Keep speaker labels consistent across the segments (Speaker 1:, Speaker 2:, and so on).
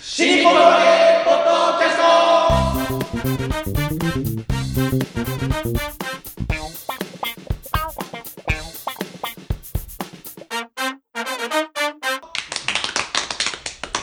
Speaker 1: シリコンバレーポッドキャスト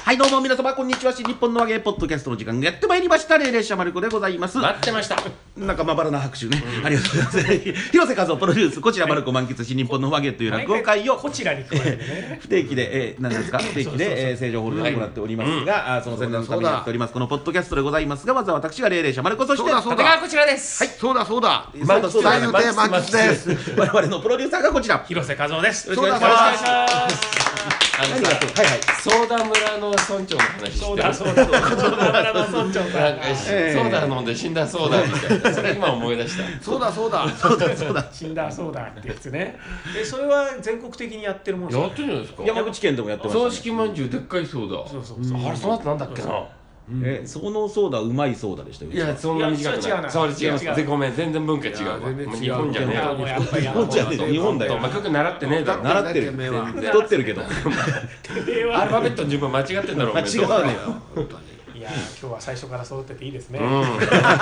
Speaker 1: はいどうも皆様こんにちはし日本の和芸ポッドキャストの時間がやってまいりました霊々者まる子でございます
Speaker 2: 待ってました。
Speaker 1: なんかまばらな拍手ね、ありがとうございます広瀬和夫プロデュースこちらまる子満喫し日本の和芸という落語会を
Speaker 2: こちらに加えてね。
Speaker 1: 不定期で、えー、何ですか不定期
Speaker 2: そうそうそう
Speaker 1: で、えー、成城ホールで行っておりますが、あーその宣伝のためにやっておりますこのポッドキャストでございますがまずは私が霊霊者丸子そして
Speaker 3: そうだそう
Speaker 2: 立川こちら です。はい。
Speaker 3: そうだそうだ。
Speaker 1: えーそうだそうだ
Speaker 3: 満喫大のテーマ満喫です
Speaker 1: 我々のプロデューサーがこちら
Speaker 2: 広瀬和夫です。
Speaker 3: そうだ
Speaker 2: よろしくお願いします。あの
Speaker 1: 何があ
Speaker 2: さ
Speaker 1: っ、たはいはい
Speaker 4: ソーダ村の村長の話して
Speaker 2: そう
Speaker 4: る
Speaker 2: だそうだ。そうだ村の村長
Speaker 4: な
Speaker 2: が
Speaker 4: んかし、
Speaker 1: ええ
Speaker 4: ソーダ飲んで死んだソーダみたいなそれ今思い出した
Speaker 3: そうだそうだ。
Speaker 1: そうだそうだ
Speaker 2: 死んだそうだってやつね。 えそれは全国的にやってるもんです
Speaker 4: や
Speaker 2: か
Speaker 4: ってんじゃないですか
Speaker 1: 山口県でもやってます、
Speaker 4: 葬式まんじゅうでっかいソーダ
Speaker 2: そうそうそう。
Speaker 4: あれその後なんだっけな
Speaker 1: えー、そのソーダうまいソーダでしたよ
Speaker 4: いやそんな
Speaker 2: い
Speaker 4: 短
Speaker 2: やそれ違う
Speaker 4: くな
Speaker 2: ない
Speaker 4: それ違います
Speaker 2: 違う違う
Speaker 4: でごめん全然文化違うわ
Speaker 3: いや全然違う
Speaker 4: もう日本じゃねえ
Speaker 2: いやもう
Speaker 4: よ
Speaker 2: やっぱりやっ
Speaker 1: 日本じゃねえ
Speaker 2: ぱ
Speaker 1: ぞ日本だよ
Speaker 4: 本当細かく習ってねえだろ
Speaker 1: 習ってるよ
Speaker 3: てめえは
Speaker 1: 太ってるけど
Speaker 2: り
Speaker 4: アルファベットの順番間違ってんだろお
Speaker 1: 間
Speaker 4: 前
Speaker 1: 違うね
Speaker 2: いや今日は最初から育てていいですね。
Speaker 4: うん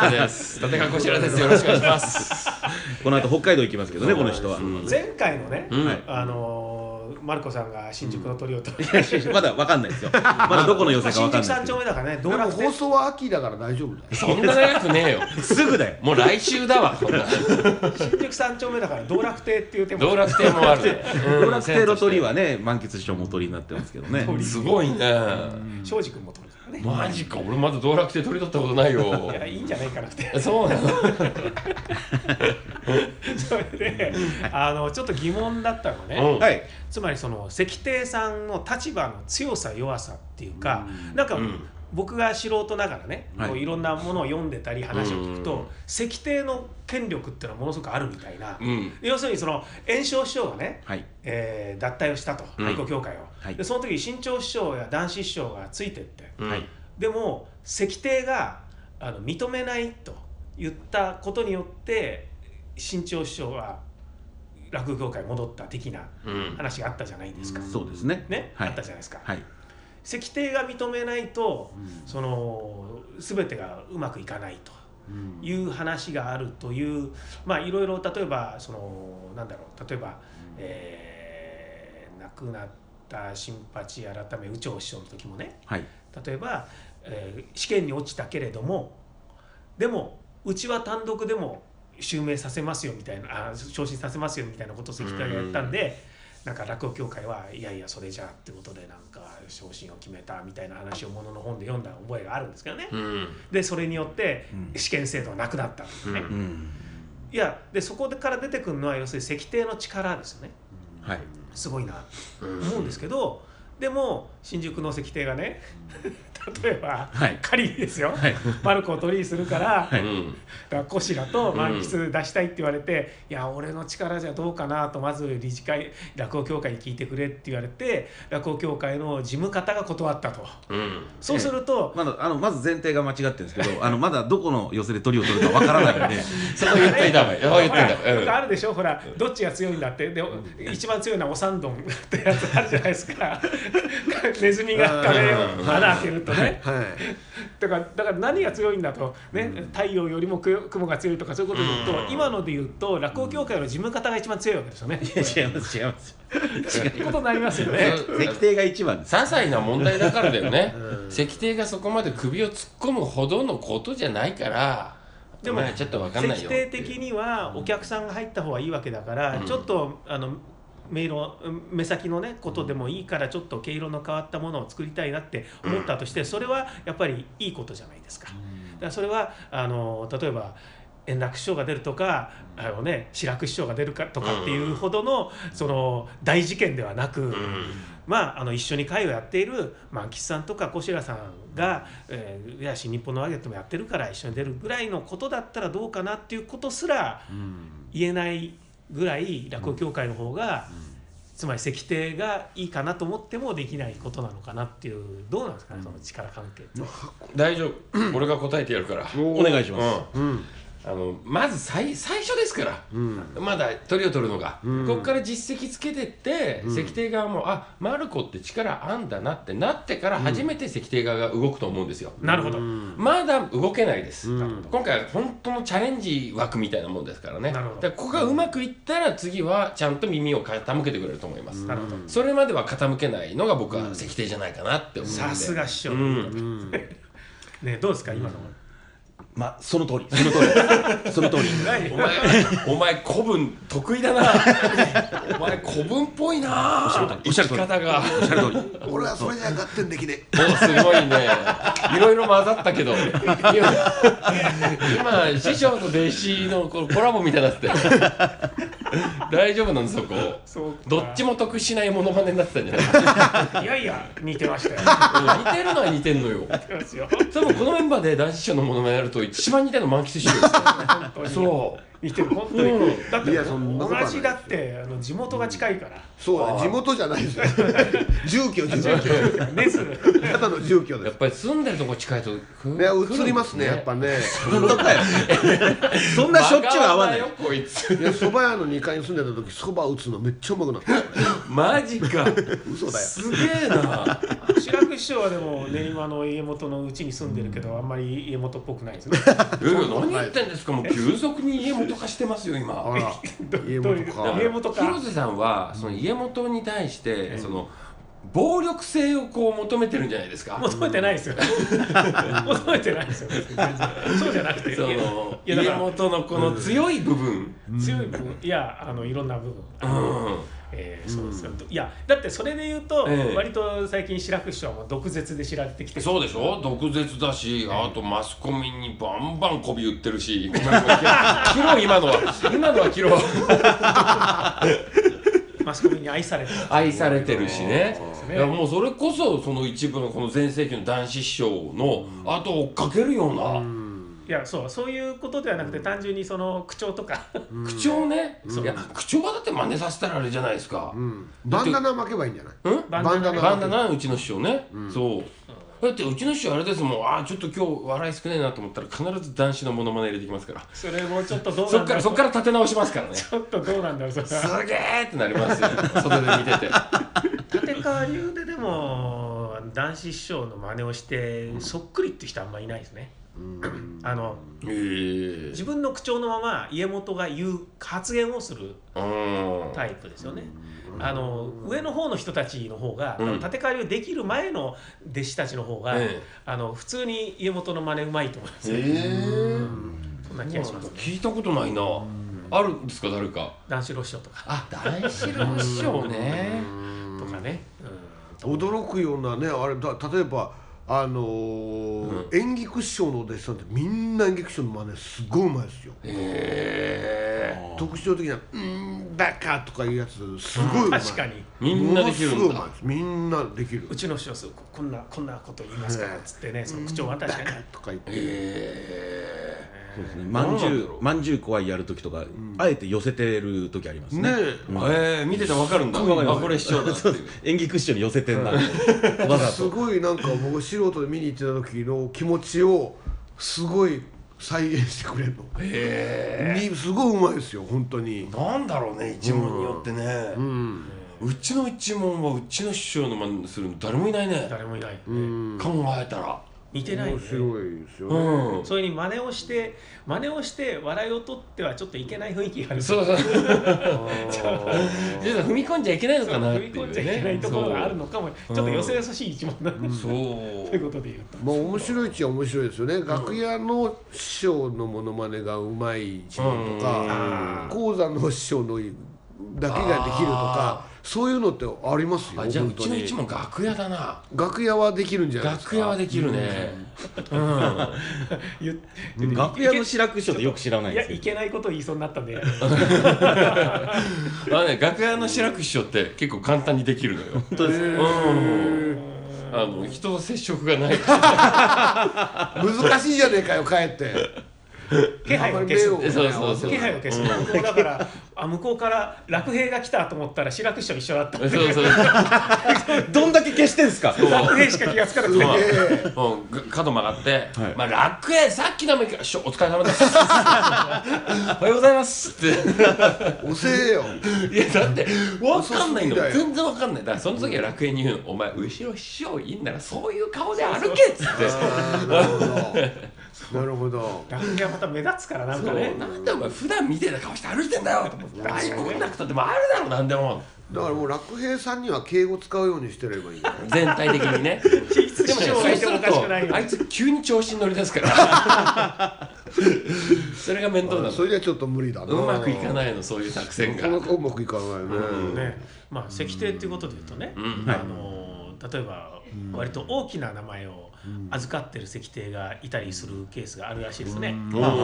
Speaker 4: です立川こちらですよろしくお願いします
Speaker 1: この後北海道行きますけどねこの人は、
Speaker 4: うん
Speaker 2: 前回のね、
Speaker 4: うん
Speaker 2: あのーマルコさんが新宿の鳥を取り
Speaker 1: まだわかんないですよまだどこの寄せかわ
Speaker 2: 新
Speaker 1: かん
Speaker 2: 宿
Speaker 1: ない
Speaker 2: 三
Speaker 1: です
Speaker 2: 丁
Speaker 1: よ
Speaker 2: 目だからね、
Speaker 3: で
Speaker 2: どうな
Speaker 3: も
Speaker 2: って
Speaker 3: 放送は秋だから大丈夫だよ。
Speaker 4: そんな長くねえよ
Speaker 1: すぐだよ
Speaker 4: もう来週だわこんな
Speaker 2: 新宿三丁目だから道楽亭っていう手も
Speaker 4: 道楽亭もある
Speaker 1: 道楽亭の鳥はね満喫師匠も鳥になってますけどね
Speaker 4: うんすごいね
Speaker 2: 庄司君も取るからね。
Speaker 4: マジか俺まだ道楽亭取り取ったことないよ
Speaker 2: いやいいんじゃないかなって。
Speaker 4: そうなの
Speaker 2: それで、あのちょっと疑問だったのね、
Speaker 4: うん
Speaker 1: はい
Speaker 2: つまりその石亭さんの立場の強さ弱さっていうか、なんか、
Speaker 4: うん
Speaker 2: 僕が素人ながらね、
Speaker 1: はい
Speaker 2: こういろんなものを読んでたり話を聞くと、
Speaker 4: うん
Speaker 2: 石亭の権力っていうのはものすごくあるみたいな、
Speaker 4: うん
Speaker 2: 要するにその炎章師匠がね、
Speaker 1: はい
Speaker 2: えー脱退をしたと
Speaker 4: うん
Speaker 2: 愛護協会を、
Speaker 1: はい
Speaker 2: でその時新潮師匠や男子師匠がついてって、
Speaker 4: うん
Speaker 1: はい
Speaker 2: でも石帝があの認めないと言ったことによって新潮師匠は落語業界に戻った的な
Speaker 4: うん
Speaker 2: 話があったじゃないですか、
Speaker 1: そうですね
Speaker 2: ね、
Speaker 1: はい
Speaker 2: あったじゃないですか、
Speaker 1: はい
Speaker 2: 石帝が認めないと、その全てがうまくいかないという話があるというまあいろいろ例えばそのなんだろう例えば、えー亡くなった新八改め右長師匠の時もね、
Speaker 1: はい
Speaker 2: 例えば、えー試験に落ちたけれどもでもうちは単独でも襲名させますよみたいなあ昇進させますよみたいなことを石田がやったんで、なんか落語協会はいやいやそれじゃあってことでなんか昇進を決めたみたいな話をものの本で読んだ覚えがあるんですけどね、
Speaker 4: うん
Speaker 2: でそれによって
Speaker 1: うん
Speaker 2: 試験制度はなくなったとかね、
Speaker 4: うん
Speaker 1: うん
Speaker 2: いやでそこから出てくるのは要するに石帝の力ですよね
Speaker 1: はい
Speaker 2: すごいなって
Speaker 4: うん
Speaker 2: 思うんですけど、でも新宿の石亭がね 例えば、
Speaker 1: はい
Speaker 2: 仮にですよ、
Speaker 1: はい
Speaker 2: マルコを取りにするから,、
Speaker 1: はい
Speaker 4: うん
Speaker 2: だからコシラと満喫出したいって言われて、いや俺の力じゃどうかなとまず理事会落語協会に聞いてくれって言われて落語協会の事務方が断ったと
Speaker 4: うん
Speaker 2: そうすると、
Speaker 1: まだあのまず前提が間違ってるんですけど あのまだどこの寄せで鳥を取るかわからない ので
Speaker 4: そこ言っといた方がいいそこ言っ
Speaker 2: ほ
Speaker 4: といた
Speaker 2: ら
Speaker 4: 方がいいうん
Speaker 2: あるでしょほらどっちが強いんだってで一番強いのはおさんどんってやつあるじゃないですか ネズミが壁を穴開けるとね、
Speaker 3: はい。
Speaker 2: だからだから何が強いんだと、ね太陽よりもく雲が強いとかそういうことで言うと、今ので言うと落語協会の事務方が一番強いわけですよね。
Speaker 1: 違います違い ます
Speaker 2: って ことになりますよね。
Speaker 1: 石定が一番です
Speaker 4: 些細な問題だからだよね石亭がそこまで首を突っ込むほどのことじゃないから
Speaker 2: でも
Speaker 4: まあちょっとわかんない
Speaker 2: 設
Speaker 4: よ
Speaker 2: 定的にはお客さんが入った方がいいわけだから、
Speaker 4: うん
Speaker 2: ちょっとあの目色うん目先のねことでもいいからちょっと毛色の変わったものを作りたいなって思ったとして、それはやっぱりいいことじゃないですか。だからそれはあの例えば円楽師匠が出るとかあの、ね、志らく師匠が出るかとかっていうほどの,、その大事件ではなく、まあ、あの一緒に会をやっている満吉さんとか小白さんが「えーいや新日本のワゲットもやってるから一緒に出るぐらいのことだったらどうかな」っていうことすら言えないぐらい落語協会の方が、つまり石定がいいかなと思ってもできないことなのかなっていうどうなんですかねその力関係って。
Speaker 4: 大丈夫俺が答えてやるから
Speaker 1: お願いします
Speaker 4: うんあのまず最最初ですから、
Speaker 3: うん
Speaker 4: まだ鳥を取るのが、
Speaker 3: うん
Speaker 4: ここから実績つけてって、
Speaker 3: うん
Speaker 4: 石帝側もあマルコって力あんだなってなってから初めて石帝側が動くと思うんですよ、
Speaker 2: なるほど、
Speaker 3: うん
Speaker 4: まだ動けないです、
Speaker 3: うん
Speaker 4: 今回は本当のチャレンジ枠みたいなもんですからね
Speaker 2: なるほど
Speaker 4: だからここがうまくいったら次はちゃんと耳を傾けてくれると思います、
Speaker 2: なるほど
Speaker 4: それまでは傾けないのが僕は石帝じゃないかなって思うんで
Speaker 2: さすが師匠、
Speaker 4: うん
Speaker 3: うん
Speaker 2: ねどうですか今の、
Speaker 1: まあその通りその通りその通り
Speaker 2: ない
Speaker 4: お前お前 古文得意だなお前古文っぽいな
Speaker 1: おっ
Speaker 4: 生
Speaker 1: しゃ
Speaker 4: き
Speaker 1: る通り
Speaker 4: 方が
Speaker 1: おっしゃる通り
Speaker 3: 俺はそれじゃ勝手にできね
Speaker 4: おすごいねいろいろ混ざったけど今今師匠と弟子のこのコラボみたいになってた大丈夫なんですよこう
Speaker 2: そうか
Speaker 4: どっちも得しないモノマネになってたんじゃない
Speaker 2: いやいや似てましたよ
Speaker 4: うん似てるのは似てんのよ
Speaker 2: 似てますよ
Speaker 4: 多分このメンバーで男子師匠のモノマネやると一番似てるの満喫師匠ですよ
Speaker 2: 本当に
Speaker 4: そう
Speaker 2: 似てる本当に、
Speaker 4: う
Speaker 2: だって
Speaker 3: いやそんなことはない
Speaker 2: 同じだってあの地元が近いから、
Speaker 3: えそうだね地元じゃないですよ住居住居
Speaker 2: ねす
Speaker 3: ただの住居
Speaker 4: や
Speaker 3: で
Speaker 4: っぱり住んでるとこ近いとく
Speaker 3: すね映りますねやっぱね
Speaker 1: 本当かよ そんなしょっちゅう合わない
Speaker 4: バカだよこい
Speaker 3: い
Speaker 4: つ
Speaker 3: や蕎麦屋の2階に住んでた時蕎麦打つのめっちゃうまくなった
Speaker 4: マジか
Speaker 3: 嘘だよ
Speaker 4: すげ えな
Speaker 2: 白く師匠はでも練馬の家元のうちに住んでるけどあんまり家元っぽくないですね
Speaker 4: え何言ってんですかもう急速に家元化してますよ今
Speaker 3: あら家
Speaker 2: どういう
Speaker 3: 元か
Speaker 2: 家元か
Speaker 4: 広瀬さんはその家元に対してその暴力性をこう求めてるんじゃないです か
Speaker 2: 求めてないですよ求めてないですよ別に全然そうじゃなくて
Speaker 4: その
Speaker 2: い
Speaker 4: 家
Speaker 2: やだから
Speaker 4: 元のこの強い部分
Speaker 2: 強い部分いやあのいろんな部分、
Speaker 4: うん
Speaker 2: えーそうですよ、いやだってそれで言うと、
Speaker 4: ええ
Speaker 2: 割と最近白く師匠はもう毒舌で知られてきて
Speaker 4: そうでしょ毒舌だしあとマスコミにバンバン媚び売ってる しごめんごめん切ろう今のは今のは切ろう
Speaker 2: マスコミに愛されてる
Speaker 4: 愛されてるしね
Speaker 2: ね
Speaker 4: いやもうそれこそその一部のこの全盛期の男子師匠の後を追っかけるような
Speaker 2: いやそうそういうことではなくて単純にその口調とか
Speaker 4: 口調ね、いや口調はだって真似させたらあれじゃないですか、
Speaker 3: う
Speaker 4: うん
Speaker 3: んバンダナ巻けばいいんじゃない
Speaker 2: バン
Speaker 3: バン
Speaker 2: ダ
Speaker 3: ダ
Speaker 2: ナ
Speaker 3: ナ
Speaker 4: バンダなうちの師匠ね、そうだってうちの師匠あれですもんああちょっと今日笑い少ないなと思ったら必ず男子のモノマネ入れてきますから
Speaker 2: それもちょっとどうなんだ
Speaker 4: そ
Speaker 2: ろ
Speaker 4: っ
Speaker 2: う
Speaker 4: からそっから立て直しますからねす
Speaker 2: ちょっとどうなんだろうそれは
Speaker 4: げえってなりますよ外で見てて
Speaker 2: 立川流ででも男子師匠の真似をしてそっくりって人あんまいないですね
Speaker 3: うん
Speaker 2: あの
Speaker 4: ええ
Speaker 2: 自分の口調のまま家元が言う発言をする
Speaker 4: うん
Speaker 2: タイプですよねあの上の方の人たちの方が、
Speaker 4: うん
Speaker 2: 立川流できる前の弟子たちの方が、
Speaker 4: え
Speaker 2: あの普通に家元の真似うまいと思います
Speaker 4: ええ
Speaker 2: そんな気がします、ね、
Speaker 4: 聞いたことないなあるんですか誰か
Speaker 2: 男子郎師匠とか
Speaker 4: あ大志郎師匠ね
Speaker 2: とかね、
Speaker 3: 驚くようなねあれだ例えばあのー演劇師匠のお弟子さんってみんな演劇師匠の真似すごいうまいですよ
Speaker 4: ええ
Speaker 3: 特徴的な「うんバカ」とかいうやつすごいうまい
Speaker 2: 確かに
Speaker 4: みんなできる
Speaker 3: ものすごい
Speaker 4: ん
Speaker 3: うまい
Speaker 4: だ
Speaker 3: ですみんなできる
Speaker 2: うちの師匠すここんなこんなこと言いますからっつってねその口調は確かに
Speaker 3: とか言って
Speaker 4: ええ
Speaker 1: そうですねまんじゅうまんじゅう怖いやる時とかあえて寄せてる時あります
Speaker 3: ね
Speaker 1: ね
Speaker 4: ええ見ててわかるんだ。あ
Speaker 1: わかります
Speaker 4: これ師匠 だっていう。
Speaker 1: 演技クッションに寄せてんなわ
Speaker 3: え
Speaker 1: ざと
Speaker 3: すごいなんか僕素人で見に行ってた時の気持ちをすごい再現してくれるの、
Speaker 4: え
Speaker 3: にすごいうまいですよ本当に
Speaker 4: えなんだろうね一門によってね
Speaker 3: う。ん
Speaker 4: うちの一門はうちの師匠の真似するの誰もいないね。
Speaker 2: 誰もいない、
Speaker 3: うん
Speaker 4: 考えたら。
Speaker 2: 似てない、ね
Speaker 3: 面、白いですよ
Speaker 4: う
Speaker 3: ね、
Speaker 4: ん。
Speaker 2: それに真似をして真似をして笑いを取ってはちょっといけない雰囲気がある
Speaker 4: そうそう。
Speaker 3: あー
Speaker 4: 実は踏み込んじゃいけないのかなってい
Speaker 2: 踏み込ん
Speaker 4: う
Speaker 2: じゃいけない
Speaker 4: ね。
Speaker 2: ところがあるのかも、ちょっと
Speaker 4: うん
Speaker 2: 寄せ優しい一問なんで
Speaker 4: そう。
Speaker 2: す、
Speaker 4: そう。
Speaker 2: ということで言うと
Speaker 3: まあ面白いっちゃ面白いですよね、楽屋の師匠のモノマネがうまい一門とか、講座の師匠のだけができるとかそういうのってありますよ
Speaker 4: あじゃあう
Speaker 3: 本当
Speaker 4: ちの
Speaker 3: に
Speaker 4: 一門楽屋だな。
Speaker 3: 楽屋はできるんじゃないですか
Speaker 4: 楽屋はできるね。うん。
Speaker 2: 言っ
Speaker 1: 楽屋の白く師匠ってよく知らない
Speaker 2: い
Speaker 1: んで
Speaker 2: や
Speaker 1: すけ
Speaker 2: い
Speaker 1: ど
Speaker 2: けないことを言いそうになったんでや
Speaker 4: あのね楽屋の白く師匠って結構簡単にできるのよ。
Speaker 1: 本当ですね
Speaker 4: うん。あの人と接触がない。
Speaker 3: 難しいじゃねえかよ帰って
Speaker 2: 気配を消すんです
Speaker 4: そうそうそう
Speaker 2: 気配を消す
Speaker 4: うん
Speaker 2: 向こうだからあ向こうから落兵が来たと思ったら志らく師匠一緒だった
Speaker 4: そうそうそう
Speaker 1: どんだけ消してんすか
Speaker 2: 落兵しか気がつかなくて
Speaker 4: そううんぐ角曲がって、
Speaker 1: はい
Speaker 4: まあ楽園さっきのもいいからしょお疲れ様ですおはようございますって
Speaker 3: おせえよ
Speaker 4: いやだってわかんないんだもん
Speaker 3: 遅すぎだよ
Speaker 4: 全然わかんないだからその時は楽園に言うの、お前後ろ師匠いんならそういう顔で歩けっつって
Speaker 3: あ ーなるほどなるほど
Speaker 2: 落兵はまた目立つからなん
Speaker 4: そ
Speaker 2: か
Speaker 4: う
Speaker 2: ね
Speaker 4: なんでお前普段見てた顔して歩いてんだよと思ってアイコンタクトでもあるだろなんでも
Speaker 3: だからもう楽平さんには敬語使うようにしてればいいんだよ
Speaker 4: 全体的 にね
Speaker 2: いつ
Speaker 4: でも
Speaker 2: 師
Speaker 4: ね
Speaker 2: 匠
Speaker 4: そ
Speaker 2: が
Speaker 4: う
Speaker 2: いて
Speaker 4: する
Speaker 2: もおかしくないよ
Speaker 4: とあいつ急に調子に乗り出すから それが面倒なの
Speaker 3: あそれじゃちょっと無理だな
Speaker 4: うまくいかないのそういう作戦
Speaker 3: な
Speaker 4: が
Speaker 3: かなかうまくいかないね、
Speaker 2: ねまあ、石庭っていうことで言うとね、
Speaker 4: うん
Speaker 2: あの例えば割と大きな名前を預かってる石庭がいたりするケースがあるらしいですね。
Speaker 1: はあはあはあ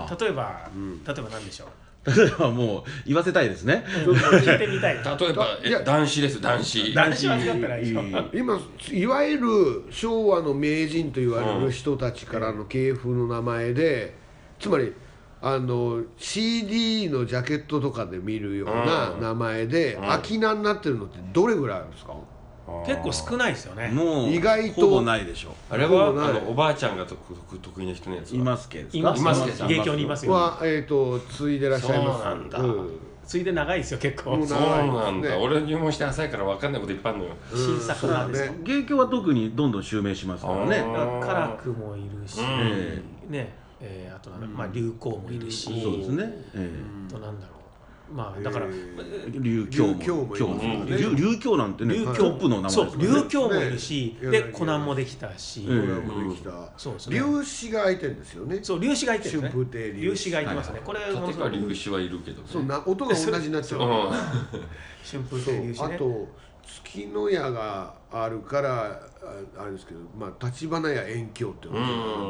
Speaker 1: はあ
Speaker 2: 例えば、例えば何でしょう
Speaker 1: 例えばもう言わせたいですね
Speaker 2: 聞いてみたい。
Speaker 4: 例えば
Speaker 3: いや
Speaker 4: え男子です男子
Speaker 2: 男子は預かってないでしょ。
Speaker 3: 今いわゆる昭和の名人と言われる人たちからの系譜の名前で、つまりあの CD のジャケットとかで見るような名前で、空き名になってるのってどれぐらいあるんですか、
Speaker 2: 結構少ないですよね。
Speaker 1: もう
Speaker 3: 意外と
Speaker 1: ほぼないでしょ
Speaker 4: あれは
Speaker 3: ほぼない
Speaker 4: あのおばあちゃんが得得得意な人のやつ
Speaker 1: いますけど
Speaker 2: います
Speaker 4: いますけど
Speaker 2: 芸協にいますよ。
Speaker 3: は、えー、と継いでらっしゃいます
Speaker 4: そうなんだ
Speaker 2: ついで長いですよ、結構
Speaker 3: もう。
Speaker 4: そうなんだ、
Speaker 3: ね
Speaker 4: 俺入門して浅いから分かんないこといっぱいあるのよ
Speaker 2: 新作なんですよ。
Speaker 1: 芸協は特にどんどん襲名しますから
Speaker 4: あ
Speaker 1: ね
Speaker 4: ー
Speaker 2: だから辛くもいるし、
Speaker 4: うん
Speaker 1: え
Speaker 2: ね、えーあとなんだまあ流行もいるし、
Speaker 1: えそうですねえ
Speaker 2: あとなんだろう。まあだから
Speaker 3: え。ー
Speaker 1: え琉球も
Speaker 3: 琉球もいます
Speaker 4: ね
Speaker 1: 琉球琉球なんてね
Speaker 2: 琉
Speaker 1: ト
Speaker 2: 球
Speaker 1: ップの名前
Speaker 2: そ
Speaker 1: です
Speaker 2: う
Speaker 1: から
Speaker 2: 琉
Speaker 1: ね
Speaker 2: 球もいるし、
Speaker 3: ね
Speaker 2: でコナンもできたし、
Speaker 1: うん
Speaker 3: これはもうできた
Speaker 2: そうですね
Speaker 3: 粒子が空いてるんですよね
Speaker 2: そう粒子がいてるんです
Speaker 3: 春
Speaker 2: ね
Speaker 3: 風亭粒
Speaker 2: 粒
Speaker 3: 子
Speaker 2: 子がいてますね、これも
Speaker 4: 立川粒子はいるけどね
Speaker 3: そうな音が同じになっちゃうから
Speaker 4: うん
Speaker 2: 春風
Speaker 3: そう
Speaker 2: 亭粒子
Speaker 3: あ
Speaker 2: ね
Speaker 3: と月の矢があるからああれですけどまあ立花や遠鏡っていうの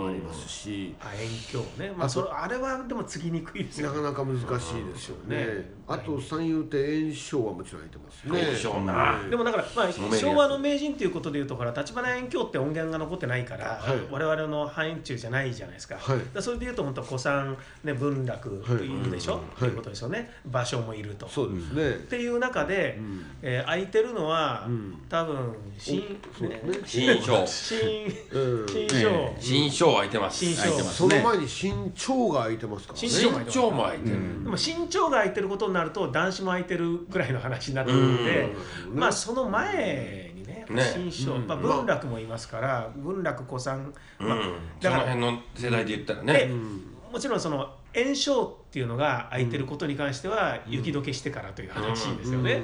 Speaker 3: もありますし
Speaker 2: あ遠鏡ねまあ
Speaker 3: あと
Speaker 2: それあれはでも継ぎにくいです
Speaker 3: な
Speaker 2: よ
Speaker 3: かなか難しいですよね
Speaker 2: ね
Speaker 3: あと三遊亭円章はもちろん入ってますね
Speaker 4: 遠照な
Speaker 2: でもだから、まあ、
Speaker 4: 揉めるやつ
Speaker 2: 昭和の名人ということでいうとほら立花遠鏡って音源が残ってないから、
Speaker 3: はい
Speaker 2: 我々の範囲中じゃないじゃないですか,、
Speaker 3: はい
Speaker 2: それでいうと本当古参、ね、文楽というでしょ、ということですよね場所もいると。
Speaker 3: そうですね、
Speaker 2: っていう中で、えー空いてるのは、
Speaker 3: ん
Speaker 2: 多分新
Speaker 3: そう
Speaker 2: ね
Speaker 3: ですね
Speaker 4: 新章
Speaker 2: 新
Speaker 3: うん
Speaker 2: 新
Speaker 1: え
Speaker 2: 章
Speaker 1: え
Speaker 4: 新章空いてます
Speaker 2: 新章
Speaker 4: 空いてます
Speaker 3: その前に新潮が空いてますから
Speaker 2: 新
Speaker 3: ね
Speaker 4: 新章も空いてる、
Speaker 2: でも身長が空いてることになると男子も空いてるくらいの話になってくるので、
Speaker 3: うん
Speaker 2: まあその前にね
Speaker 4: ね
Speaker 2: 新章、まあ、文楽もいますから文楽古参、
Speaker 4: うん
Speaker 2: まあ
Speaker 4: そ
Speaker 2: だ
Speaker 4: の
Speaker 2: から
Speaker 4: 辺の世代で言ったら
Speaker 2: で、
Speaker 4: ね
Speaker 2: もちろんその炎症っていうのが空いてることに関しては雪解けしてからという話ですよね。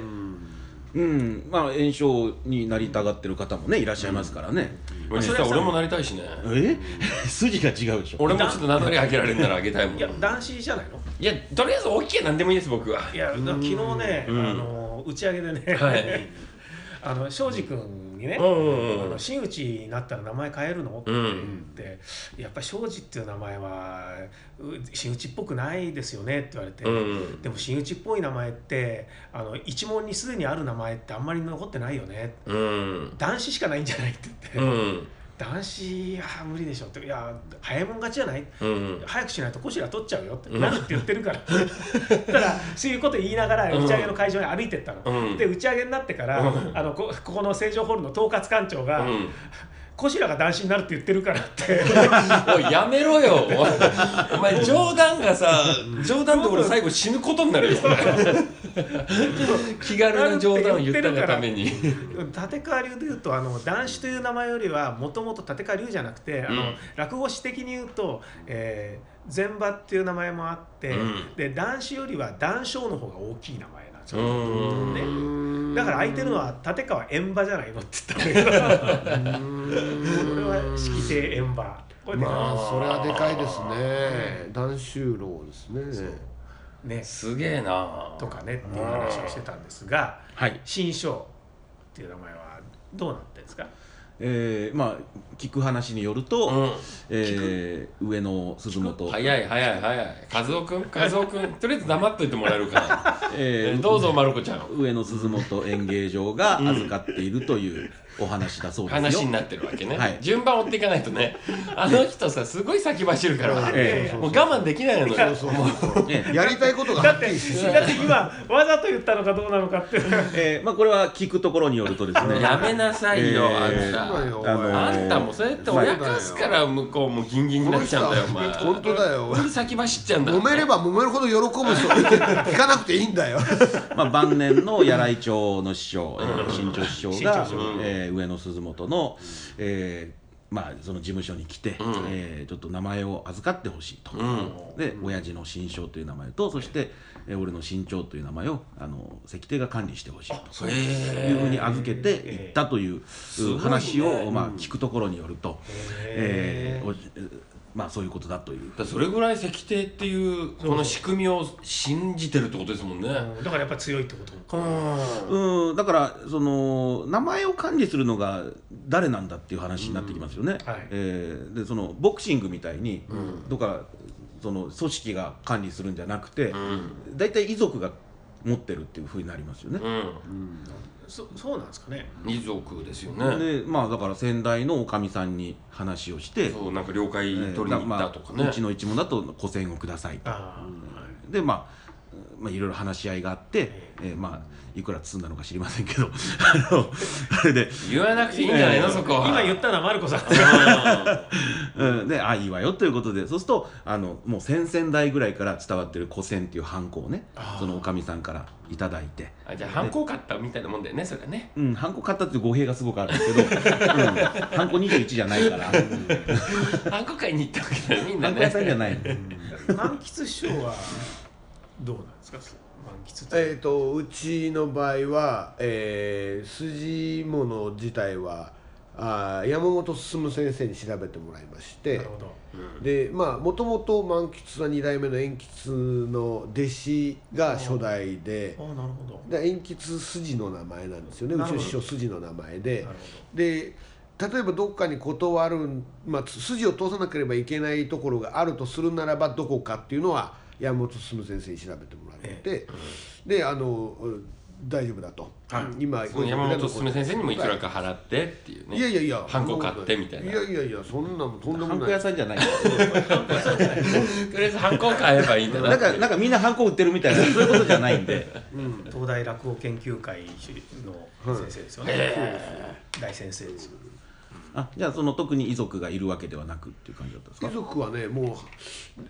Speaker 1: うんまあ炎症になりたがってる方もねいらっしゃいますからね
Speaker 4: まあ実は俺もなりたいしね
Speaker 1: え 筋が違うでしょ
Speaker 4: 俺もちょっと名乗り上げられるなら上げたいもん
Speaker 2: いや男子じゃないの
Speaker 4: いやとりあえず大きいなんでもいいです僕はい
Speaker 2: やだから昨日ね、
Speaker 4: うん
Speaker 2: あの打ち上げでね、
Speaker 4: はい
Speaker 2: あの庄司君にね、
Speaker 4: うんうん
Speaker 2: あ
Speaker 4: うん
Speaker 2: の真打ちになったら名前変えるのって
Speaker 4: う
Speaker 2: 言
Speaker 4: ん
Speaker 2: って、やっぱ庄司っていう名前はう真打ちっぽくないですよねって言われて、
Speaker 4: うんうん
Speaker 2: でも真打ちっぽい名前ってあの一門にすでにある名前ってあんまり残ってないよね
Speaker 4: うん
Speaker 2: 男子しかないんじゃないって言って、
Speaker 4: うん
Speaker 2: 男子は無理でしょっていや早いもん勝ちじゃない
Speaker 4: うん
Speaker 2: 早くしないとこしら取っちゃうよって、
Speaker 4: うん
Speaker 2: なるって言ってるから ただそういうこと言いながら
Speaker 4: うん
Speaker 2: 打ち上げの会場に歩いてったの、
Speaker 4: うん
Speaker 2: で打ち上げになってから、
Speaker 4: うん
Speaker 2: あのこここの成城ホールの統括官長が、
Speaker 4: うん
Speaker 2: こしらが男子になるって言ってるからって
Speaker 4: おいやめろよお前冗談がさ冗談で俺最後死ぬことになるよ気軽な冗談を言ったがために
Speaker 2: 立川流でいうとあの男子という名前よりはもともと立川流じゃなくてあの、
Speaker 4: うん
Speaker 2: 落語史的に言うと、えー前場っていう名前もあって、
Speaker 4: うん
Speaker 2: で男子よりは男性の方が大きい名前なんです
Speaker 4: う
Speaker 2: よ。
Speaker 4: ん
Speaker 2: ね
Speaker 3: うん
Speaker 2: だから空いてるのは立川円場じゃないのって言ったんだけど。これは式亭円盤これで、
Speaker 3: まあそれはでかいですね男州楼ですね
Speaker 2: ね
Speaker 4: すげえな
Speaker 2: とかねっていう話をしてたんですが
Speaker 1: はい
Speaker 2: 新章っていう名前はどうなってるんですか
Speaker 1: えーまあ聞く話によると、
Speaker 4: うん
Speaker 1: えー上野鈴本、
Speaker 4: 早い早い早い和夫君和夫君とりあえず黙っといてもらえるかな、え
Speaker 1: え
Speaker 4: ー
Speaker 1: ー
Speaker 4: どうぞまる子ちゃん
Speaker 1: 上野鈴本演芸場が預かっているというお話だそうです
Speaker 4: 話
Speaker 1: よ
Speaker 4: に。なってるわけね、
Speaker 1: はい
Speaker 4: 順番追っていかないとねあの人さすごい先走るから
Speaker 1: え
Speaker 4: もう我慢できないのよ
Speaker 3: そうそう
Speaker 1: ええ
Speaker 3: やりたいことが
Speaker 2: だ
Speaker 3: は
Speaker 2: っ
Speaker 3: ってきりしてる
Speaker 2: だって今わざと言ったのかどうなのかっていうのが
Speaker 1: えーまあ、これは聞くところによるとですね、
Speaker 4: やめなさいよ、
Speaker 1: えー
Speaker 3: そう
Speaker 4: あん
Speaker 3: だ
Speaker 4: た
Speaker 3: よ
Speaker 1: あの
Speaker 4: あんたもそうやっておやかすから向こうもギンギンになっちゃうんだよお前
Speaker 3: 本当だよ
Speaker 4: 本当に先走っちゃうんだ
Speaker 3: 揉めれば揉めるほど喜ぶ人聞かなくていいん だよ
Speaker 1: まあ、晩年の柳井町の師匠、えー新潮師匠が
Speaker 2: 新潮
Speaker 4: 師匠、
Speaker 1: えー上野鈴本の、えーまあ、その事務所に来て、
Speaker 4: うん
Speaker 1: えーちょっと名前を預かってほしいと、
Speaker 4: うん
Speaker 1: で親父の新潮という名前とそして、えー俺の新潮という名前をあの石亭が管理してほしいと
Speaker 4: へ
Speaker 1: いうふうに預けていったという、
Speaker 4: ごいね
Speaker 1: 話を、
Speaker 4: うん
Speaker 1: まあ、聞くところによると、え
Speaker 2: へー
Speaker 1: ーおえーまあ、そういうことだという。
Speaker 4: だからそれぐらい石庭っていうこの仕組みを信じてるってことですもんね
Speaker 2: うんだからやっぱ強いってこと
Speaker 4: うん
Speaker 1: うん、だからその名前を管理するのが誰なんだっていう話になってきますよね。
Speaker 2: うんはい
Speaker 1: えーでそのボクシングみたいに、だからその組織が管理するんじゃなくて、
Speaker 4: うん
Speaker 1: 大体遺族が持ってるっていうふうになりますよね。
Speaker 4: うん
Speaker 2: そそうなんですかね
Speaker 4: 遺族ですよね
Speaker 1: でまあだから先代のおかみさんに話をして、
Speaker 4: そうなんか了解
Speaker 1: え
Speaker 4: 取
Speaker 1: ー
Speaker 4: りに行ったとかね、
Speaker 1: まあうちの一門だと古銭をくださいと
Speaker 2: ああ、はい
Speaker 1: でまあまあ、いろいろ話し合いがあって、えーまあ、いくら包んだのか知りませんけど あのあれで
Speaker 4: 言わなくていいんじゃないの、そこは
Speaker 2: 今言ったのはマルコさん
Speaker 1: うん、であいいわよということでそうするとあのもう先々代ぐらいから伝わってる古銭っていうハンコをね
Speaker 2: あー
Speaker 1: そのおかみさんから頂いただいて。
Speaker 4: あじゃあ反抗買ったみたいなもんだよねそれ はね
Speaker 1: うん、ハンコ買ったっていう語弊がすごくあるんですけど、うん、ハンコ21じゃない から、ハ
Speaker 4: 反抗会に行ったわけだよみんな
Speaker 1: ンコ
Speaker 4: ね
Speaker 1: 屋さんじゃない。
Speaker 2: 満喫師匠はどうなんですか満喫って、
Speaker 3: えっとうちの場合は、えー、筋物自体はあー山本進先生に調べてもらいまして
Speaker 2: なるほど
Speaker 3: でまあもともと満吉は2代目の円吉の弟子が初代で
Speaker 2: ああなるほど
Speaker 3: で円吉筋の名前なんですよねう
Speaker 2: なる
Speaker 3: ち
Speaker 2: ほ
Speaker 3: の
Speaker 2: ど
Speaker 3: 師匠筋の名前で
Speaker 2: なる
Speaker 3: で例えばどっかに断る、まあ、筋を通さなければいけないところがあるとするならばどこかっていうのは山本進先生に調べてもらって、であのうん大丈夫だと、今
Speaker 4: その山本進先生にもいくらか払ってっていうね
Speaker 3: いやいやいや
Speaker 4: ハンコ買ってみたいない
Speaker 3: やいやいやそんなのとんで
Speaker 1: ハ
Speaker 3: も
Speaker 1: ンコ
Speaker 3: ない
Speaker 1: 屋さんじゃない。
Speaker 4: とりあえず反抗買えばいいんだな
Speaker 1: な
Speaker 4: っ
Speaker 1: ん
Speaker 4: てい
Speaker 1: か、
Speaker 4: う
Speaker 1: なんかみんなハンコ売ってるみたいな、そういうことじゃないんで。
Speaker 2: ほど東大落語研究会の先生ですよね、大先生ですよ
Speaker 1: あ、じゃあ、その特に遺族がいるわけではなくっていう感じだったんです
Speaker 3: 遺
Speaker 1: か。
Speaker 3: 族はねもう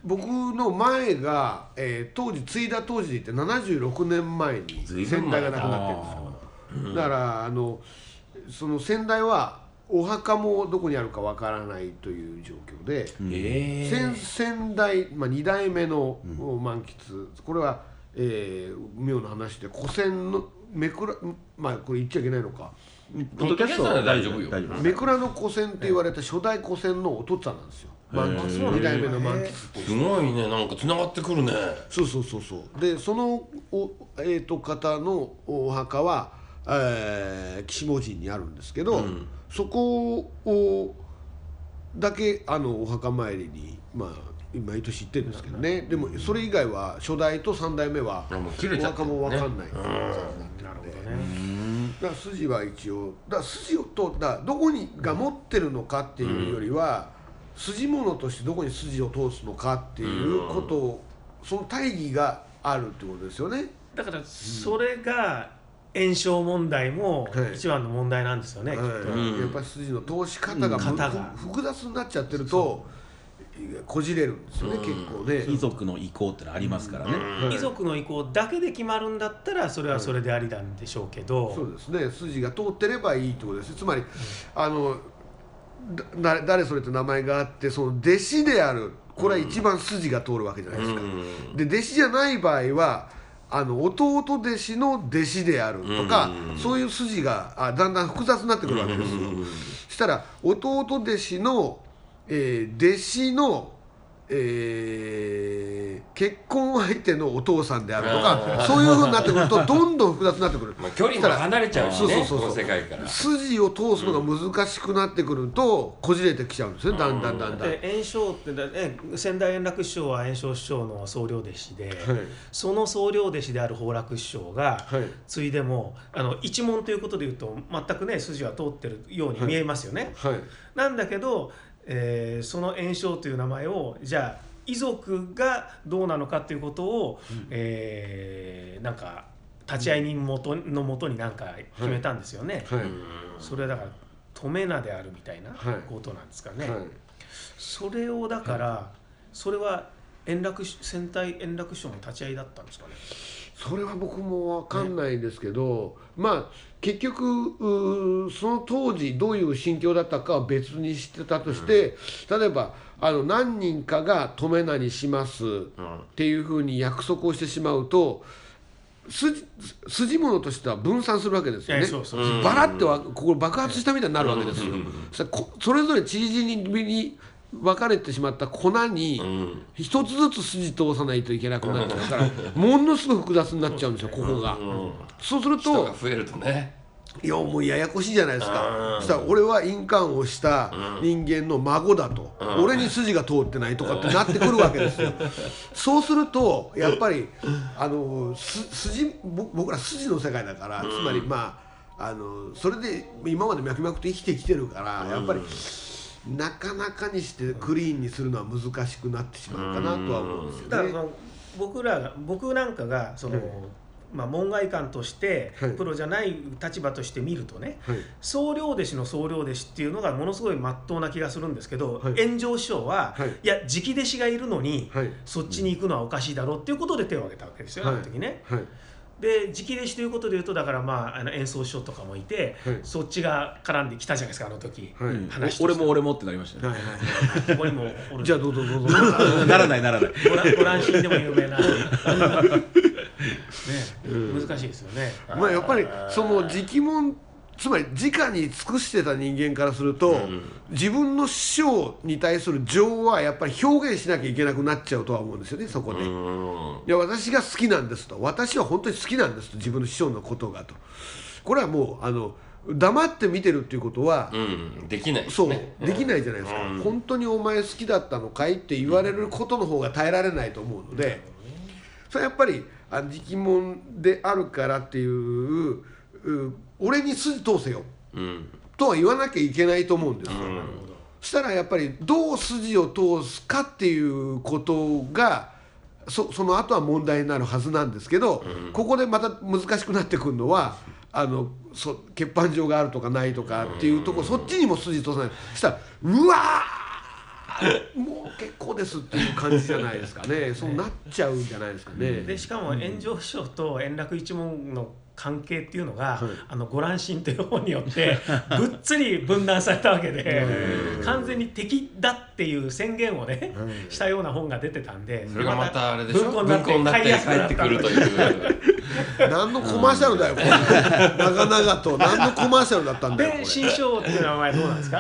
Speaker 3: 僕の前が、えー当時継いだ当時で言って76年前に
Speaker 4: 随
Speaker 3: 先
Speaker 4: 分
Speaker 3: 代
Speaker 4: 前
Speaker 3: が
Speaker 4: だ
Speaker 3: 亡くなってるんですよだからあのその先代はお墓もどこにあるかわからないという状況で、
Speaker 4: ええ
Speaker 3: 先先代、まあ、2代目の満喫、これは、えー妙な話で古銭のめくらまあこれ言っちゃいけないのか
Speaker 4: ポッドキャストは大丈夫よ
Speaker 1: 大丈夫。
Speaker 3: めくらの古銭って言われた初代古銭のお父さんなんですよ満喫2代目の満喫っていう
Speaker 4: すごいねなんか繋がってくるね
Speaker 3: そうそうそうそうでそのお、えー、と方のお墓は、えー、岸本神にあるんですけど、そこをだけあのお墓参りにまあ毎年行ってるんですけどねでもそれ以外は初代と三代目は
Speaker 4: あもう切れ
Speaker 3: お
Speaker 4: ちゃって
Speaker 3: 墓
Speaker 4: るね
Speaker 3: も分かんない、
Speaker 2: なるほどね、
Speaker 3: だから筋は一応だから筋をとだからどこにが持ってるのかっていうよりは、筋物としてどこに筋を通すのかっていうことを、その大義があるってことですよね。
Speaker 2: だからそれが炎症問題も
Speaker 3: はい
Speaker 2: 一番の問題なんですよね、きっと
Speaker 3: うんやっぱり筋の通し方が,、
Speaker 2: うん型が
Speaker 3: 複雑になっちゃってるとこじれるんですよね、結構ね。
Speaker 1: 遺族の意向ってのありますからね。
Speaker 3: はい
Speaker 2: 遺族の意向だけで決まるんだったらそれはそれでありなんでしょうけど、
Speaker 3: そうですね筋が通ってればいいってことですねつまり、あのだだ誰それって名前があってその弟子であるこれは一番筋が通るわけじゃないですか、で弟子じゃない場合はあの弟弟子の弟子であるとか、そういう筋があだんだん複雑になってくるわけですよ、そしたら弟弟子の、えー弟子の、えー結婚相手のお父さんであると
Speaker 4: あ
Speaker 3: か
Speaker 4: ー
Speaker 3: そういうふうになってくるとどんどん複雑になってくる
Speaker 4: まあ、距離も離れちゃうし
Speaker 3: そ
Speaker 4: ね
Speaker 3: うそうそうそう
Speaker 4: この世界から
Speaker 3: 筋を通すのが難しくなってくるとこじれてきちゃうんですねだんだんだんだん。
Speaker 2: で円章ってだ、ね、先代円楽師匠は円章師匠の総領弟子で、その総領弟子である宝楽師匠が、
Speaker 3: はい
Speaker 2: ついでもあの一門ということでいうと全くね筋は通ってるように見えますよね。
Speaker 3: はい
Speaker 2: なんだけど、えーその円章という名前をじゃあ遺族がどうなのかということを、えーなんか立ち会い人元のもとになんか決めたんですよね。
Speaker 3: はい
Speaker 2: それはだから止めなであるみたいな
Speaker 3: はい
Speaker 2: ことなんですかね。
Speaker 3: はい
Speaker 2: それをだから、それは円楽師戦隊円楽師匠の立ち会いだったんですかね。
Speaker 3: それは僕も分かんないですけど、まあ結局うーその当時どういう心境だったかは別にしてたとして、例えばあの何人かが止めなにしますっていうふうに約束をしてしまうと筋筋物としては分散するわけですよ
Speaker 2: え
Speaker 3: ね。
Speaker 2: えそうそうそう
Speaker 3: バラってはここ爆発したみたいになるわけですよ。そしたらこそれぞれ縮みに分かれてしまった粉に、
Speaker 4: うん
Speaker 3: 一つずつ筋通さないといけなくなるからものすごい複雑になっちゃうんですよここが、そうする
Speaker 4: 人が
Speaker 3: と
Speaker 4: 増えるとね
Speaker 3: いやもうややこしいじゃないですか
Speaker 4: う
Speaker 3: そしたら俺は印鑑をした人間の孫だと俺に筋が通ってないとかってなってくるわけですよそうするとやっぱりあのす筋ぼ僕ら筋の世界だからつまりまああのそれで今まで脈々と生きてきてるからやっぱりなかなかにしてクリーンにするのは難しくなってしまうかなとは思うんですよね。
Speaker 2: だからその僕らが僕なんかがその、まあ、門外漢として
Speaker 3: はい
Speaker 2: プロじゃない立場として見るとね、
Speaker 3: はい
Speaker 2: 総領弟子の総領弟子っていうのがものすごい真っ当な気がするんですけど、
Speaker 3: はい
Speaker 2: 炎上師匠は、
Speaker 3: はい
Speaker 2: い、や直弟子がいるのに、
Speaker 3: はい
Speaker 2: そっちに行くのはおかしいだろうっていうことで手を挙げたわけですよ、
Speaker 3: はい
Speaker 2: あの時ね。
Speaker 3: はい
Speaker 2: で直弟子ということでいうとだからまああの演奏師匠とかもいて、
Speaker 3: はい
Speaker 2: そっちが絡んできたじゃないですかあの時、
Speaker 3: はい
Speaker 1: うん
Speaker 2: 話として
Speaker 1: お俺も俺もってなり ましたね
Speaker 3: はいはい
Speaker 2: ここにもおる
Speaker 3: じゃあどうぞどうぞ。
Speaker 1: ならないならない
Speaker 2: ご覧ご覧シーンでも有名な ね、難しいですよね。
Speaker 3: まあやっぱりその直問つまり直に尽くしてた人間からすると、自分の師匠に対する情はやっぱり表現しなきゃいけなくなっちゃうとは思うんですよねそこで。
Speaker 4: うん
Speaker 3: いや私が好きなんですと私は本当に好きなんですと自分の師匠のことがとこれはもうあの黙って見てるっていうことは、
Speaker 4: うんできないです
Speaker 3: そう、
Speaker 4: ね
Speaker 3: できないじゃないですか、本当にお前好きだったのかいって言われることの方が耐えられないと思うので、それはやっぱりあ直問であるからっていうう俺に筋通せよ
Speaker 4: うん
Speaker 3: とは言わなきゃいけないと思うんですよ、そしたらやっぱりどう筋を通すかっていうことがそその後は問題になるはずなんですけど、ここでまた難しくなってくるのはあのそ欠板状があるとかないとかっていうとこそっちにも筋通さないそしたら「うわーもう結構です」っていう感じじゃないですか ねそうなっちゃうんじゃないですかね。
Speaker 2: でしかも炎上師匠と円楽一門の関係っていうのが、あのご乱心という本によ ってぶっつり分断されたわけで完全に敵だっていう宣言をね、したような本が出てたんで
Speaker 4: それがまたあれでしょ
Speaker 2: 文庫になって
Speaker 4: 文庫になって帰ってくるという
Speaker 3: 何のコマーシャルだよ これ長々と何のコマーシャルだったんだよこ
Speaker 2: で
Speaker 3: れ。
Speaker 2: 新章っていう名前どうなんですか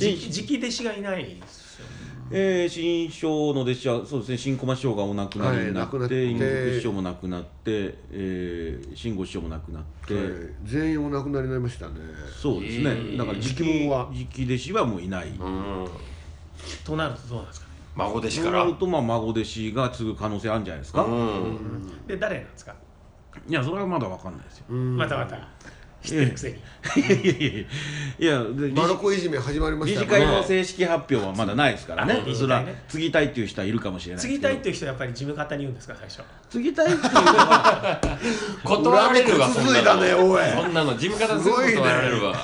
Speaker 2: 直直弟子がいないですよ
Speaker 1: えー、新章の弟子はそうですね新駒師匠がお亡くなりになって,、
Speaker 3: はい亡くなって
Speaker 1: 隠国師匠も亡くなって、えー、新吾師匠も亡くなって、
Speaker 3: はい全員お亡くなりになりましたね
Speaker 1: そうですね、
Speaker 4: えー
Speaker 1: だから直
Speaker 3: 直問は
Speaker 1: 直弟子はもういない、
Speaker 4: うん
Speaker 2: となるとどうなんですかね
Speaker 4: 孫弟子
Speaker 1: そう
Speaker 4: か
Speaker 1: な
Speaker 4: ら
Speaker 1: るとまあ孫弟子が継ぐ可能性あるんじゃないですか、
Speaker 4: うん
Speaker 2: で誰なんですか、
Speaker 1: いやそれはまだわかんないですよ、
Speaker 2: またまた知ってるくせに、
Speaker 1: いやいやいやいやで
Speaker 3: マルコいじめ始まりまし
Speaker 1: 理
Speaker 3: た
Speaker 1: 事
Speaker 3: よ
Speaker 1: 会
Speaker 3: ね
Speaker 1: の正式発表はまだないですからね
Speaker 2: あ理
Speaker 1: そ
Speaker 2: 事
Speaker 1: れは
Speaker 2: 会ね
Speaker 1: 継ぎたいっていう人はいるかもしれない
Speaker 2: 継
Speaker 1: ですけ
Speaker 2: ぎ
Speaker 1: ど
Speaker 2: たいという人はやっぱり事務方に言うんですか最初
Speaker 1: 継ぎたいっていうのは
Speaker 4: 断られるわ
Speaker 3: 恨み
Speaker 4: そ
Speaker 3: つつ
Speaker 4: んない
Speaker 3: だ
Speaker 4: の
Speaker 3: ねおい
Speaker 4: そんなの事務方すぐ断られるわ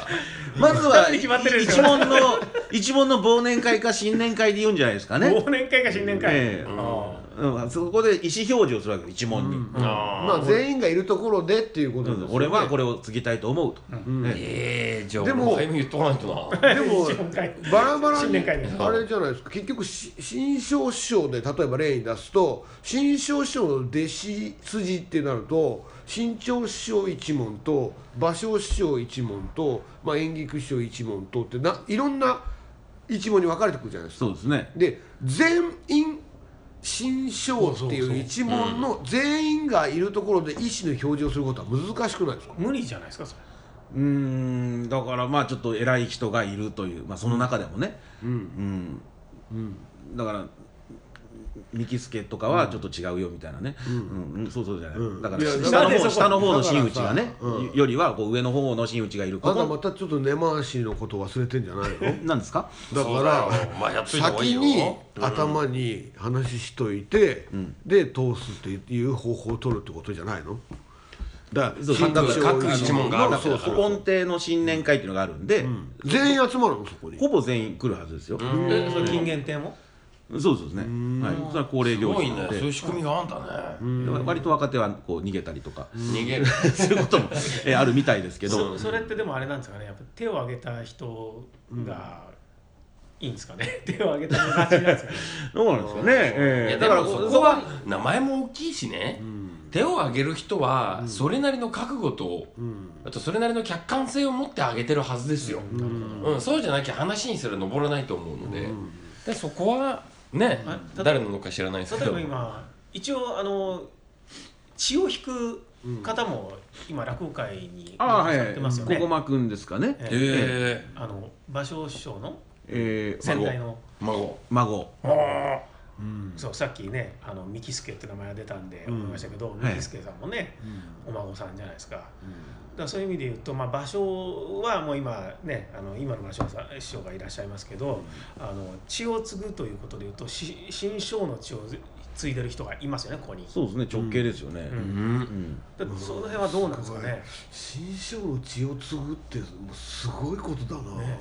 Speaker 1: まずは
Speaker 2: に決まってるでし
Speaker 1: 一
Speaker 2: ょ
Speaker 1: 問の一問の忘年会か新年会で言うんじゃないですかね
Speaker 2: 忘年会か新年会、
Speaker 1: ええ
Speaker 2: あ
Speaker 1: うん、そこで意思表示をするわけよ一問に、うん
Speaker 3: まあ全員がいるところでっていうことですよね
Speaker 1: 俺はこれを継ぎたいと思うと、ね
Speaker 4: ええじゃあ
Speaker 3: で
Speaker 4: で
Speaker 3: も
Speaker 4: もタイミング言っとかないとな
Speaker 3: でも
Speaker 2: 新年会
Speaker 3: バラバラ
Speaker 2: 新
Speaker 3: に
Speaker 2: 年会で
Speaker 3: あれじゃないですか結局し新章師匠で例えば例に出すと新章師匠の弟子筋ってなると新潮師匠一門と馬匠師匠一門と、まあ、演劇師匠一門とってないろんな一門に分かれてくるじゃないですか
Speaker 1: そうですね
Speaker 3: で全員新章って
Speaker 2: そう
Speaker 3: い
Speaker 2: そう
Speaker 3: う一門の全員がいるところで意思の表示をすることは難しくないですか
Speaker 2: 無理じゃないですかそれ
Speaker 1: うーんだからまあちょっと偉い人がいるという、まあ、その中でもね、うんだからミキスケとかはちょっと違うよみたいなね、うんうんそうそうじゃない、だから
Speaker 3: いや
Speaker 1: 下の
Speaker 2: なんでそ
Speaker 1: 方
Speaker 2: こ
Speaker 1: 下の方の真打ちが
Speaker 3: だ
Speaker 1: ね
Speaker 3: からさうん
Speaker 1: よりはこう上の方の真打ちがいる
Speaker 3: あ
Speaker 1: こ
Speaker 3: んた
Speaker 1: こ
Speaker 3: またちょっと根回しのこと忘れてんじゃない の
Speaker 1: なんですか
Speaker 3: だ
Speaker 4: そ
Speaker 3: か
Speaker 4: うよお前やっ
Speaker 3: ら
Speaker 4: といた方がい
Speaker 3: 先
Speaker 4: いよ
Speaker 3: に頭に話しといて、で通すっていう方法を取るってことじゃないのだから
Speaker 1: そう
Speaker 3: 新
Speaker 1: 各
Speaker 3: 章
Speaker 4: 各一門がある
Speaker 3: の
Speaker 1: そ
Speaker 3: そうう
Speaker 1: そ
Speaker 3: そうう
Speaker 1: 古今亭の新年会っていうのがあるんで、
Speaker 3: 全員集まるのそこに
Speaker 1: ほぼ全員来るはずですよ、
Speaker 4: うん
Speaker 2: えそれ金言亭も
Speaker 1: そうそうですねはいそれは恒例
Speaker 4: す
Speaker 1: 行
Speaker 4: ご
Speaker 1: 事
Speaker 4: い
Speaker 1: な
Speaker 4: ね
Speaker 1: ん
Speaker 4: そう
Speaker 1: で
Speaker 4: いう仕組みがあんだね、
Speaker 1: 割と若手はこう逃げたりとか、
Speaker 4: 逃げる
Speaker 1: そういうこともえあるみたいですけど
Speaker 2: そそれってでもあれなんですかねやっぱ手を挙げた人がいいんですかね手を挙げた人が勝ちなんですかね
Speaker 1: どうなんですかね、ええ
Speaker 4: いや
Speaker 1: だか
Speaker 4: だからら
Speaker 1: そ
Speaker 4: そ
Speaker 1: こ
Speaker 4: こ
Speaker 1: は
Speaker 4: は名前も大きいしね、手を挙げる人はそれなりの覚悟と、あとそれなりの客観性を持って挙げてるはずですよ、うんそうじゃなきゃ話にすら上らないと思うので,、でそこはね、
Speaker 2: うん
Speaker 4: 誰なのか知らないですけ
Speaker 2: 例え
Speaker 4: ど
Speaker 2: ば今一応あの血を引く方も今落語界に
Speaker 1: ああは
Speaker 2: 登
Speaker 1: い、
Speaker 2: 録されてますよ
Speaker 1: こ
Speaker 2: ね、
Speaker 1: こまくんですかね、
Speaker 2: ええ
Speaker 4: え
Speaker 2: あの芭蕉師匠の
Speaker 1: えー、
Speaker 2: 先代の
Speaker 4: ー、孫
Speaker 1: 孫
Speaker 2: そうさっきねあのミキスケって名前が出たんで
Speaker 3: うん
Speaker 2: 思いましたけど、
Speaker 1: はい
Speaker 2: ミキスケさんもね、お孫さんじゃないですか。だからそういう意味で言うと、まあ、場所はもう今ねあの今の場所さん師匠がいらっしゃいますけど、あの血を継ぐということで言うとし新章の血を継いでる人がいますよねここに。
Speaker 1: そうですね直系ですよね、
Speaker 2: う
Speaker 4: うんん
Speaker 2: だってその辺はどうなんですかね。
Speaker 3: 新章の血を継ぐってもうすごいことだな、
Speaker 2: ね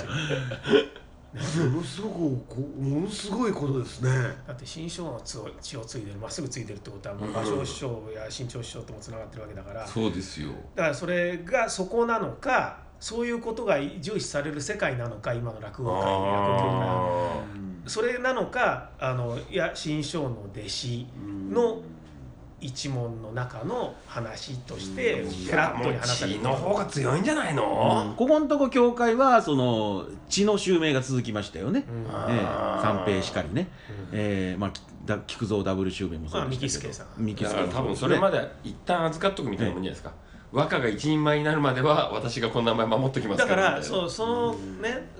Speaker 3: ものすごくこうものすごいことですね
Speaker 2: だって新章の血を血を継いでるまっすぐ継いでるってことはもう場所師匠や新潮師匠ともつながってるわけだから。
Speaker 4: そうですよ
Speaker 2: だからそれがそこなのかそういうことが重視される世界なのか今の落語界落語協会
Speaker 4: あ
Speaker 2: それなのかあのいや新章の弟子の一門の中の話として
Speaker 4: ーい
Speaker 2: フ
Speaker 4: や
Speaker 2: ラッ
Speaker 4: も
Speaker 2: ト
Speaker 4: う
Speaker 2: に話され
Speaker 4: 血
Speaker 2: てる
Speaker 4: の方が強いんじゃないの、
Speaker 1: ここのとこ教会はその血の襲名が続きましたよね、
Speaker 2: うん
Speaker 1: ええ三平しかりね、
Speaker 2: うん
Speaker 1: えーまあきだ菊蔵ダブル襲名もそうでしたけど
Speaker 2: まあ
Speaker 1: 三木
Speaker 4: だから多分それまで一旦預かっとくみたいなもんじゃないですか、和歌が一人前になるまでは私がこの名前守っときます
Speaker 2: だか
Speaker 4: か
Speaker 2: らら
Speaker 4: みたいな
Speaker 2: そうそのね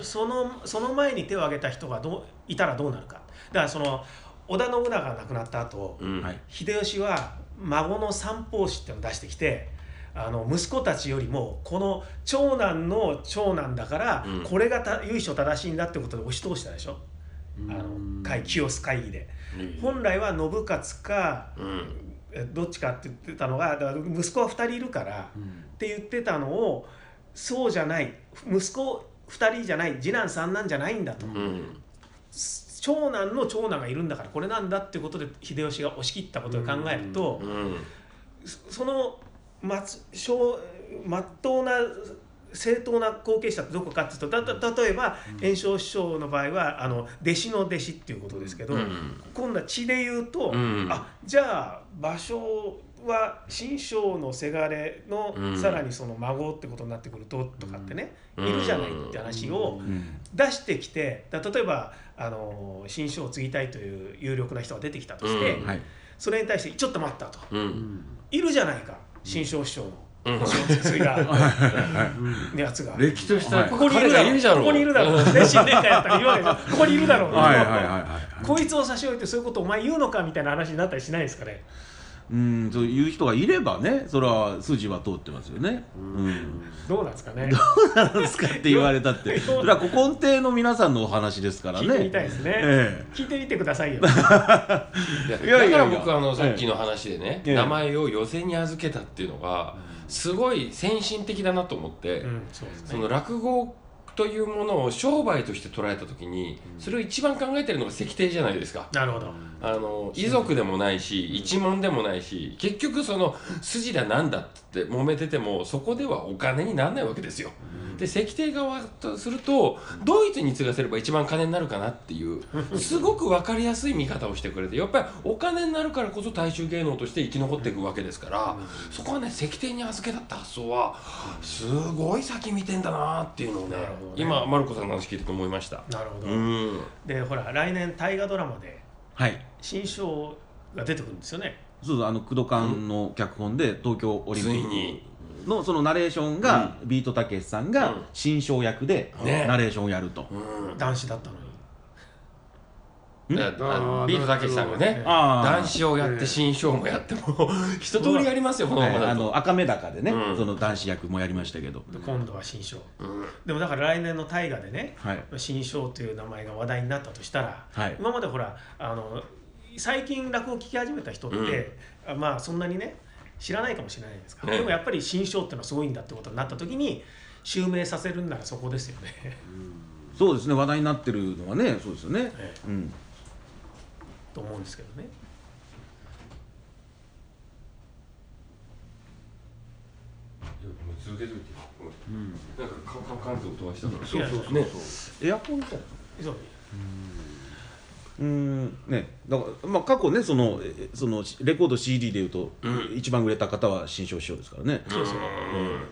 Speaker 2: そそのその前に手を挙げた人がどういたらどうなるかだからその織田信長が亡くなった後、
Speaker 4: うん
Speaker 1: はい
Speaker 2: 秀吉は孫の三法師っていうのを出してきてあの息子たちよりもこの長男の長男だから、
Speaker 4: うん
Speaker 2: これがた由緒正しいんだってことで押し通したでしょ、あの会清須会議で、本来は信勝か
Speaker 4: うん
Speaker 2: えどっちかって言ってたのがだから息子は2人いるから、って言ってたのをそうじゃない息子2人じゃない次男三男じゃないんだと、
Speaker 4: うん
Speaker 2: 長男の長男がいるんだからこれなんだってことで秀吉が押し切ったことを考えると、
Speaker 4: うん
Speaker 2: そそのまつ小まっとうな正当な後継者ってどこかっていうとだだ例えば圓生師匠の場合はあの弟子の弟子っていうことですけど、
Speaker 4: うん
Speaker 2: 今度は血で言うと、
Speaker 4: うん
Speaker 2: あじゃあ芭蕉は新生のせがれの、
Speaker 4: うん
Speaker 2: さらにその孫ってことになってくるととかってね、
Speaker 4: うん
Speaker 2: いるじゃないって話を
Speaker 1: ん
Speaker 2: 出してきてだ例えばあの新生を継ぎたいという有力な人が出てきたとして、
Speaker 4: うん
Speaker 1: はい
Speaker 2: それに対して「ちょっと待った」と
Speaker 3: う
Speaker 4: う
Speaker 3: ん
Speaker 2: 「いるじゃないか新生師匠の
Speaker 4: うん
Speaker 2: 血を継いだやつが」
Speaker 1: 歴史としては
Speaker 2: ここにいるだ
Speaker 4: 彼がい
Speaker 2: ろ
Speaker 4: るじゃろ
Speaker 2: ここにいるだろうね新年会やったらいるわけじゃんここにいるだろう
Speaker 1: はいはいはいはい
Speaker 2: こいつを差し置いてそういうことお前言うのかみたいな話になったりしないですかね
Speaker 1: うんそういう人がいればねそれは筋は通ってますよねうん
Speaker 2: どうなんですかね
Speaker 1: なんですかって言われたってそれは古今亭の皆さんのお話ですからね
Speaker 2: 聞いてみたいですね、
Speaker 1: え
Speaker 2: 聞いてみてくださいよ
Speaker 1: いやいやいや
Speaker 4: だから僕あのさっきの話でね、
Speaker 1: ええ
Speaker 4: 名前を予選に預けたっていうのがすごい先進的だなと思って、
Speaker 2: うんそうです
Speaker 4: そ
Speaker 2: ね
Speaker 4: の落語というものを商売として捉えた時にそれを一番考えてるのが石庭じゃないですか。
Speaker 2: なるほど、
Speaker 4: あの遺族でもないし一門でもないし結局その筋だなんだって揉めててもそこではお金にならないわけですよ。で石庭側とするとドイツに継がせれば一番金になるかなっていう すごく分かりやすい見方をしてくれてやっぱりお金になるからこそ大衆芸能として生き残っていくわけですからそこはね石庭に預けたって発想はすごい先見てんだなっていうのをね
Speaker 2: なるほほどね
Speaker 4: 今マルコさんの話聞いてて思いました
Speaker 2: なるほど、
Speaker 4: うん
Speaker 2: でほら来年大河ドラマで
Speaker 1: はい
Speaker 2: 新章が出てくるんですよね
Speaker 1: そうそうあの工藤館の脚本で東京オリンピ
Speaker 4: つい
Speaker 1: ッ
Speaker 4: に
Speaker 1: クのそのナレーションが、ビートたけしさん
Speaker 4: う
Speaker 1: が
Speaker 4: ん
Speaker 1: 新章役で
Speaker 4: ね
Speaker 1: ナレーションをやると、
Speaker 4: うん
Speaker 2: 男子だったのに
Speaker 4: だからあの
Speaker 3: あー
Speaker 4: ビートたけしさんがね
Speaker 1: ああ
Speaker 4: 男子をやって新章もやっても一通りやりますよこの
Speaker 1: は
Speaker 4: ま
Speaker 1: い
Speaker 4: ま
Speaker 1: あ
Speaker 4: だと
Speaker 1: の赤目高でね、
Speaker 4: うん
Speaker 1: その男子役もやりましたけど、
Speaker 2: で今度は新章
Speaker 4: うん
Speaker 2: でもだから来年の大河でね
Speaker 1: はい
Speaker 2: 新章という名前が話題になったとしたら
Speaker 1: はい
Speaker 2: 今までほらあの最近落語を聞き始めた人って、あまあそんなにね知らないかもしれないですか、
Speaker 4: ね
Speaker 2: でもやっぱり新章っていうのはすごいんだってことになった時に襲名させるんならそこですよね
Speaker 1: そうですね話題になってるのはねそうですよね、
Speaker 2: え
Speaker 1: うん
Speaker 2: と思うんですけどね
Speaker 4: 続けてみてなんかカンカンカンって音がしたから
Speaker 2: そうそうそう
Speaker 4: ね
Speaker 1: エアコンか
Speaker 2: そう
Speaker 1: うんねだからまあ過去ねそのえそのレコード CD でいうと、一番売れた方は新章師匠ですからね、
Speaker 2: そうそう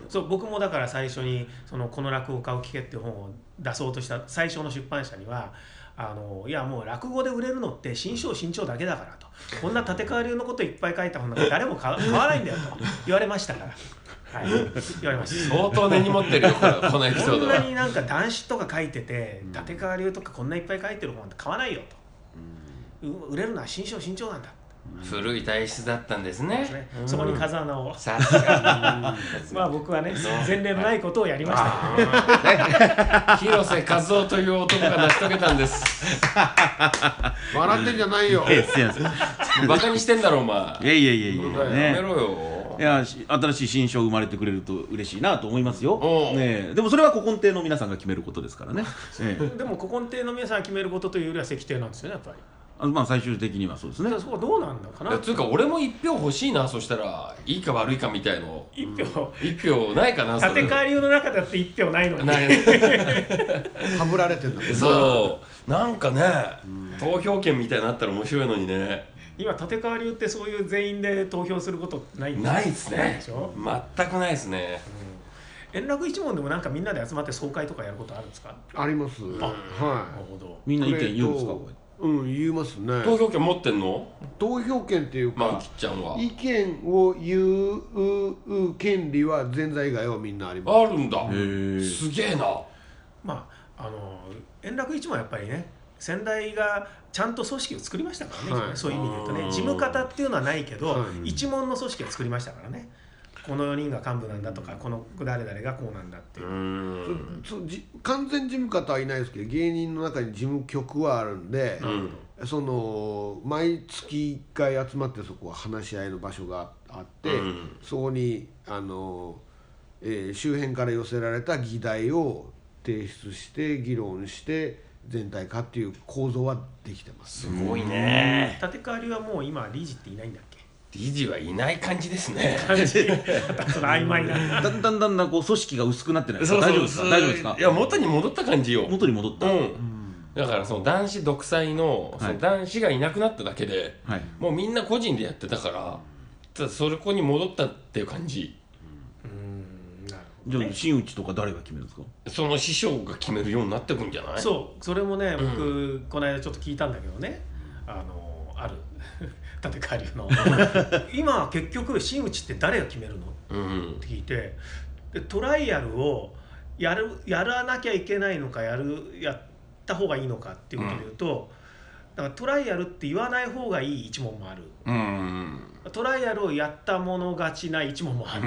Speaker 2: そう僕もだから最初にその「この落語家を聞け」っていう本を出そうとした最初の出版社には「あのいやもう落語で売れるのって新章新潮だけだから」と「こんな立川流のこといっぱい書いた本なんか誰も 買う買わないんだよ」と言われましたから、はい、言われました。
Speaker 4: 相当根に持ってるよこれこのエピソ
Speaker 2: こ
Speaker 4: ード
Speaker 2: んな
Speaker 4: は
Speaker 2: になんか男子とか書いてて、立川流とかこんないっぱい書いてる本なんて買わないよと、う売れるのは新潮新潮なんだ
Speaker 4: 古い体質だったんです
Speaker 2: で
Speaker 4: ね
Speaker 2: すね、そこに風穴を
Speaker 4: さすが
Speaker 2: まあ僕はね前例のないことをやりましたけど
Speaker 4: あーね 広瀬和夫という男が成し遂げたんです
Speaker 3: 笑ってんじゃないよ
Speaker 1: ええすいませんい
Speaker 4: バカにしてんだろお前
Speaker 1: やいやいやい
Speaker 4: や
Speaker 1: や、
Speaker 4: め
Speaker 1: ね
Speaker 4: ろよ
Speaker 1: いやし新しい新章生まれてくれると嬉しいなと思いますよ
Speaker 4: お、う
Speaker 1: ねえ、でもそれは古今亭の皆さんが決めることですからね、ええ、
Speaker 2: でも古今亭の皆さんが決めることというよりは石亭なんですよねやっぱり。
Speaker 1: あのまあ最終的にはそうです
Speaker 2: だ
Speaker 1: ね
Speaker 2: からそこはどうなんだか
Speaker 4: いや
Speaker 2: な。
Speaker 4: つうか俺も一票欲しいなそしたらいいか悪いかみたいの
Speaker 2: 一票
Speaker 4: 一票ないかなそ
Speaker 2: 立
Speaker 4: れ
Speaker 2: て替え流の中だって一票ないのに。
Speaker 4: ない
Speaker 3: はぶられてんだ
Speaker 4: そうなんかね投票権みたいになったら面白いのにね
Speaker 2: 今立て替わ流ってそういう全員で投票することないんだ
Speaker 4: ないですね
Speaker 2: でしょ。
Speaker 4: 全くないですね
Speaker 2: 円楽一門でもなんかみんなで集まって総会とかやることあるんですか。
Speaker 3: あります
Speaker 2: な
Speaker 3: は
Speaker 2: るほど。
Speaker 1: み
Speaker 3: い
Speaker 1: んな意見言うんですか
Speaker 3: これとうん言いますね
Speaker 4: 投票権持ってんの
Speaker 3: 投票権っていう
Speaker 4: マン
Speaker 3: か
Speaker 4: キちゃんは
Speaker 3: 意見を言うう権利は前座以外はみんなあります
Speaker 4: あるんだ
Speaker 1: へえ
Speaker 4: すげえな
Speaker 2: まああの円楽一門はやっぱりね。先代がちゃんと組織を作りましたからね、
Speaker 3: はい
Speaker 2: そういう意味で言うと
Speaker 4: う
Speaker 2: ね
Speaker 4: ん
Speaker 2: 事務方っていうのはないけど、
Speaker 3: はい
Speaker 2: 一門の組織を作りましたからねこの4人が幹部なんだとかこの誰々がこうなんだっていうう
Speaker 4: ん
Speaker 3: そうじ完全事務方はいないですけど芸人の中に事務局はあるんで、
Speaker 4: うん
Speaker 3: その毎月1回集まってそこは話し合いの場所があって、
Speaker 4: うん
Speaker 3: そこにあの、えー周辺から寄せられた議題を提出して議論して全体化っていう構造はできてます
Speaker 4: すごいね
Speaker 2: 立川流はもう今理事っていないんだっけ
Speaker 4: 理事はいない感じですね
Speaker 2: 感じその曖昧な
Speaker 1: だんだんだんだんこう組織が薄くなってないですか大丈夫ですか
Speaker 4: そう
Speaker 1: 大丈夫ですか
Speaker 4: いや元に戻った感じよ
Speaker 1: 元に戻った、
Speaker 4: うんだからその男子独裁のその男子がいなくなっただけで
Speaker 1: はい
Speaker 4: もうみんな個人でやってたからただそれこに戻ったっていう感じ
Speaker 2: うんなるほ
Speaker 1: じ
Speaker 2: ど
Speaker 1: ゃあ
Speaker 2: ね
Speaker 1: 真打ちとか誰が決めるんですか
Speaker 4: その師匠が決めるようになってくんじゃない
Speaker 2: そうそれもね
Speaker 4: うん
Speaker 2: 僕、この間ちょっと聞いたんだけどねあのある 立川流の今結局真打ちって誰が決めるのっ
Speaker 4: うん
Speaker 2: て聞いてでトライアルをやるやらなきゃいけないのかやるやった方がいいのかっていうことで言うと、だからトライアルって言わない方がいい一問もある
Speaker 4: うん
Speaker 2: トライアルをやったもの勝ちな一問もある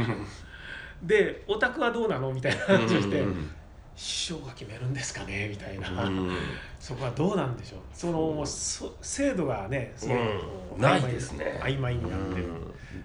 Speaker 2: でオタクはどうなのみたいな話をして、
Speaker 4: うん
Speaker 2: 師匠が決めるんですかねみたいな、
Speaker 4: うん
Speaker 2: そこはどうなんでしょうそのもうそ制度がねすごくこう
Speaker 4: うんないですね
Speaker 2: 曖昧になってる、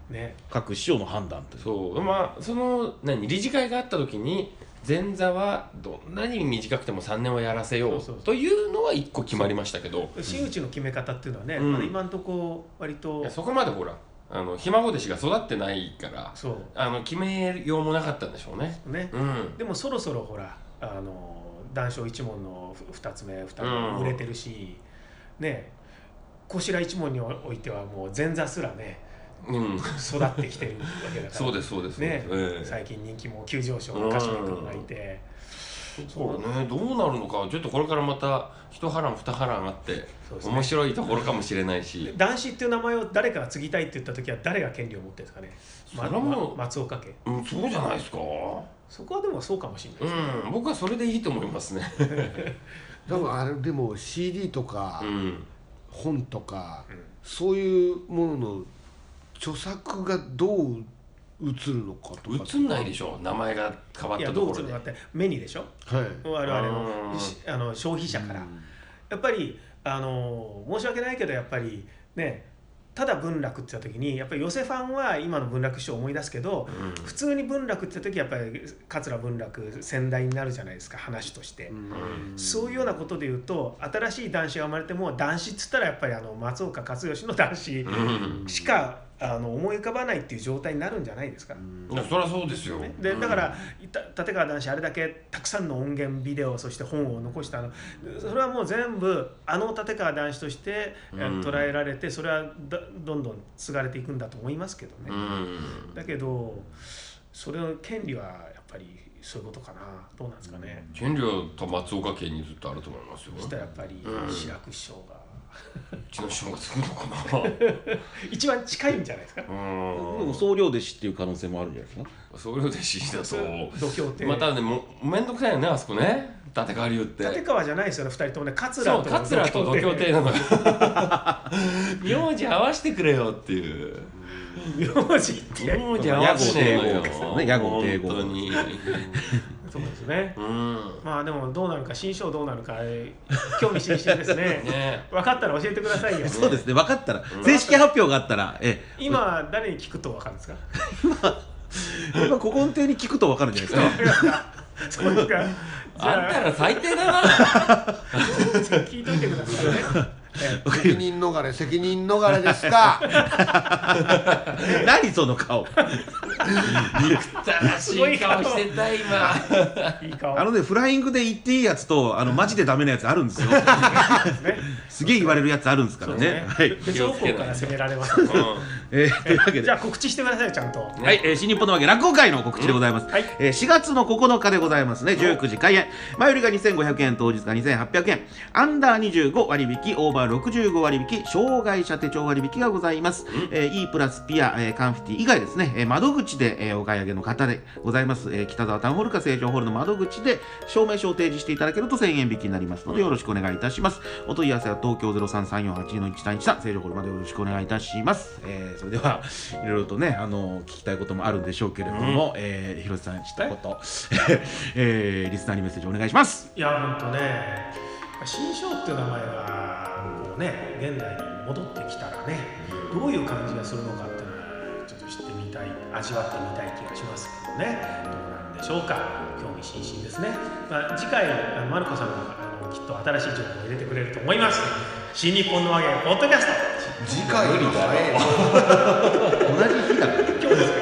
Speaker 2: ね
Speaker 1: 各師匠の判断という
Speaker 4: そうまあその何理事会があった時に前座はどんなに短くても3年はやらせよ
Speaker 2: そうそう
Speaker 4: う
Speaker 2: そう
Speaker 4: というのは一個決まりましたけど
Speaker 2: 真打ちの決め方っていうのはね、
Speaker 4: うん
Speaker 2: まだ今んとこ割と
Speaker 4: そこまでほらあのひ孫弟子が育ってないから
Speaker 2: そ
Speaker 4: あの決めようもなかったんでしょうね
Speaker 2: うね、
Speaker 4: うん
Speaker 2: でもそろそろほらあの談笑一門の2つ目2つ
Speaker 4: う
Speaker 2: 目
Speaker 4: ん
Speaker 2: 売れてるし、ねこしら一門においてはもう前座すらね
Speaker 4: うん
Speaker 2: 育ってきてるわけだから
Speaker 4: そうですそうですそうで
Speaker 2: ね
Speaker 4: すええ
Speaker 2: 最近人気も急上昇の歌手君がいて、
Speaker 4: ちょっとねどうなるのかちょっとこれからまた一波乱二波乱あって、
Speaker 2: そうですね
Speaker 4: 面白いところかもしれないし
Speaker 2: 男子っていう名前を誰かが継ぎたいって言った時は誰が権利を持ってるんですかね、ま
Speaker 4: それはもう
Speaker 2: ま松岡家
Speaker 4: うんそうじゃないですか
Speaker 2: そこはでもそうかもしれないで
Speaker 4: う
Speaker 2: すね、
Speaker 4: ん僕はそれでいいと思いますね
Speaker 3: 多分あれでも CD とか
Speaker 4: うん
Speaker 3: 本とか、そういうものの著作がどう映るのかとか
Speaker 4: 映んないでしょ名前が変わっ
Speaker 2: いや
Speaker 4: た
Speaker 2: ど
Speaker 4: と
Speaker 2: う
Speaker 4: こ
Speaker 2: 映
Speaker 4: ろ
Speaker 2: る
Speaker 4: で
Speaker 2: のかって目にでしょ
Speaker 3: はい
Speaker 2: 我々
Speaker 4: う
Speaker 2: の
Speaker 4: ん
Speaker 2: しあの消費者から、やっぱりあの申し訳ないけどやっぱりねただ文楽って言った時にやっぱり寄せファンは今の文楽師匠を思い出すけど、普通に文楽って言った時やっぱり桂文楽先代になるじゃないですか話として、そういうようなことで言うと新しい男子が生まれても男子っつったらやっぱりあの松岡勝義の男子
Speaker 4: うん
Speaker 2: しか、あの思い浮かばないっていう状態になるんじゃないですか。
Speaker 4: いやそりゃそうですよ
Speaker 2: ね、で
Speaker 4: うん
Speaker 2: だから、いた立川談志あれだけたくさんの音源ビデオそして本を残したあのそれはもう全部あの立川談志として、えー
Speaker 4: うん
Speaker 2: 捉えられてそれはだどんどん継がれていくんだと思いますけど
Speaker 4: う
Speaker 2: ね、
Speaker 4: ん
Speaker 2: だけどそれの権利はやっぱりそういうことかなどうなんですかね、
Speaker 4: 権利はと松岡家にずっとあると思いますよ
Speaker 2: そしたらやっぱり
Speaker 4: うん
Speaker 2: 志らく師匠が
Speaker 4: うちの師匠が作るのか な
Speaker 2: 一番近いんじゃないですか
Speaker 1: で
Speaker 4: う
Speaker 1: も
Speaker 4: ん
Speaker 1: 総領弟子っていう可能性もあるんじゃないですか
Speaker 4: 総領弟子だと
Speaker 2: 度胸って
Speaker 4: またねもう面倒くさいよねあそこね立川流って
Speaker 2: 立川じゃないですよね二人ともね桂
Speaker 4: そう
Speaker 2: と
Speaker 4: 桂と度胸亭なのよ 名字合わせてくれよっていう
Speaker 2: 名字って
Speaker 4: 名字合わせてくれ
Speaker 1: 屋号
Speaker 4: よ
Speaker 1: 帝号屋号帝号
Speaker 4: 本当に
Speaker 2: そうですね、
Speaker 4: うん
Speaker 2: まあでもどうなるか新章どうなるかえー興味津々ですね
Speaker 4: ね
Speaker 2: 分かったら教えてくださいよ
Speaker 1: そうですね分かったら正式発表があったらええ
Speaker 2: 今誰に聞くと分かるんですか
Speaker 1: 今古今亭に聞くと分かるんじゃないですか
Speaker 2: そうですかじ
Speaker 4: あんた
Speaker 2: ゃあ
Speaker 4: ら最低だな
Speaker 2: 聞いといてくださいねえ
Speaker 3: 責任逃れ責任逃れですか
Speaker 1: 何その顔
Speaker 4: 正しい顔してた今
Speaker 2: ーいい顔
Speaker 1: あのねフライングで言っていいやつとあのマジでダメなやつあるん ですよ
Speaker 2: ですね
Speaker 1: すげえ言われるやつあるんですからねはい、
Speaker 2: 別方向から攻められますね
Speaker 1: えー、というわけで
Speaker 2: じゃあ告知してくださいよちゃんと
Speaker 1: はい、えー、新日本のわけ落語会の告知でございます、
Speaker 2: はい
Speaker 1: えー4月の9日でございますね19時開演前売りが2500円当日が2800円アンダー25割引オーバー65割引障害者手帳割引がございます、えー、E プラスピア、えーカンフィティ以外ですね、えー窓口で、えーお買い上げの方でございます、えー北沢タウンホールか成城ホールの窓口で証明書を提示していただけると1000円引きになりますのでよろしくお願いいたしますお問い合わせは東京033482-131成城ホールまでよろしくお願いいたします、えーそれではいろいろとねあの聞きたいこともあるんでしょうけれども、えー、広瀬さんしたこと、 えー、リスナーにメッセージお願いします
Speaker 2: いやほんとね新章っていう名前がこうね現代に戻ってきたらねどういう感じがするのかっていうのをちょっと知ってみたい味わってみたい気がしますけどねどうなんでしょうか興味津々ですね、まあ、次回あのマルコさんがあのきっと新しい情報を入れてくれると思います新日本の和芸ポッドキャスト
Speaker 3: 次回より早い
Speaker 1: 同じ日だから
Speaker 2: 今日ですか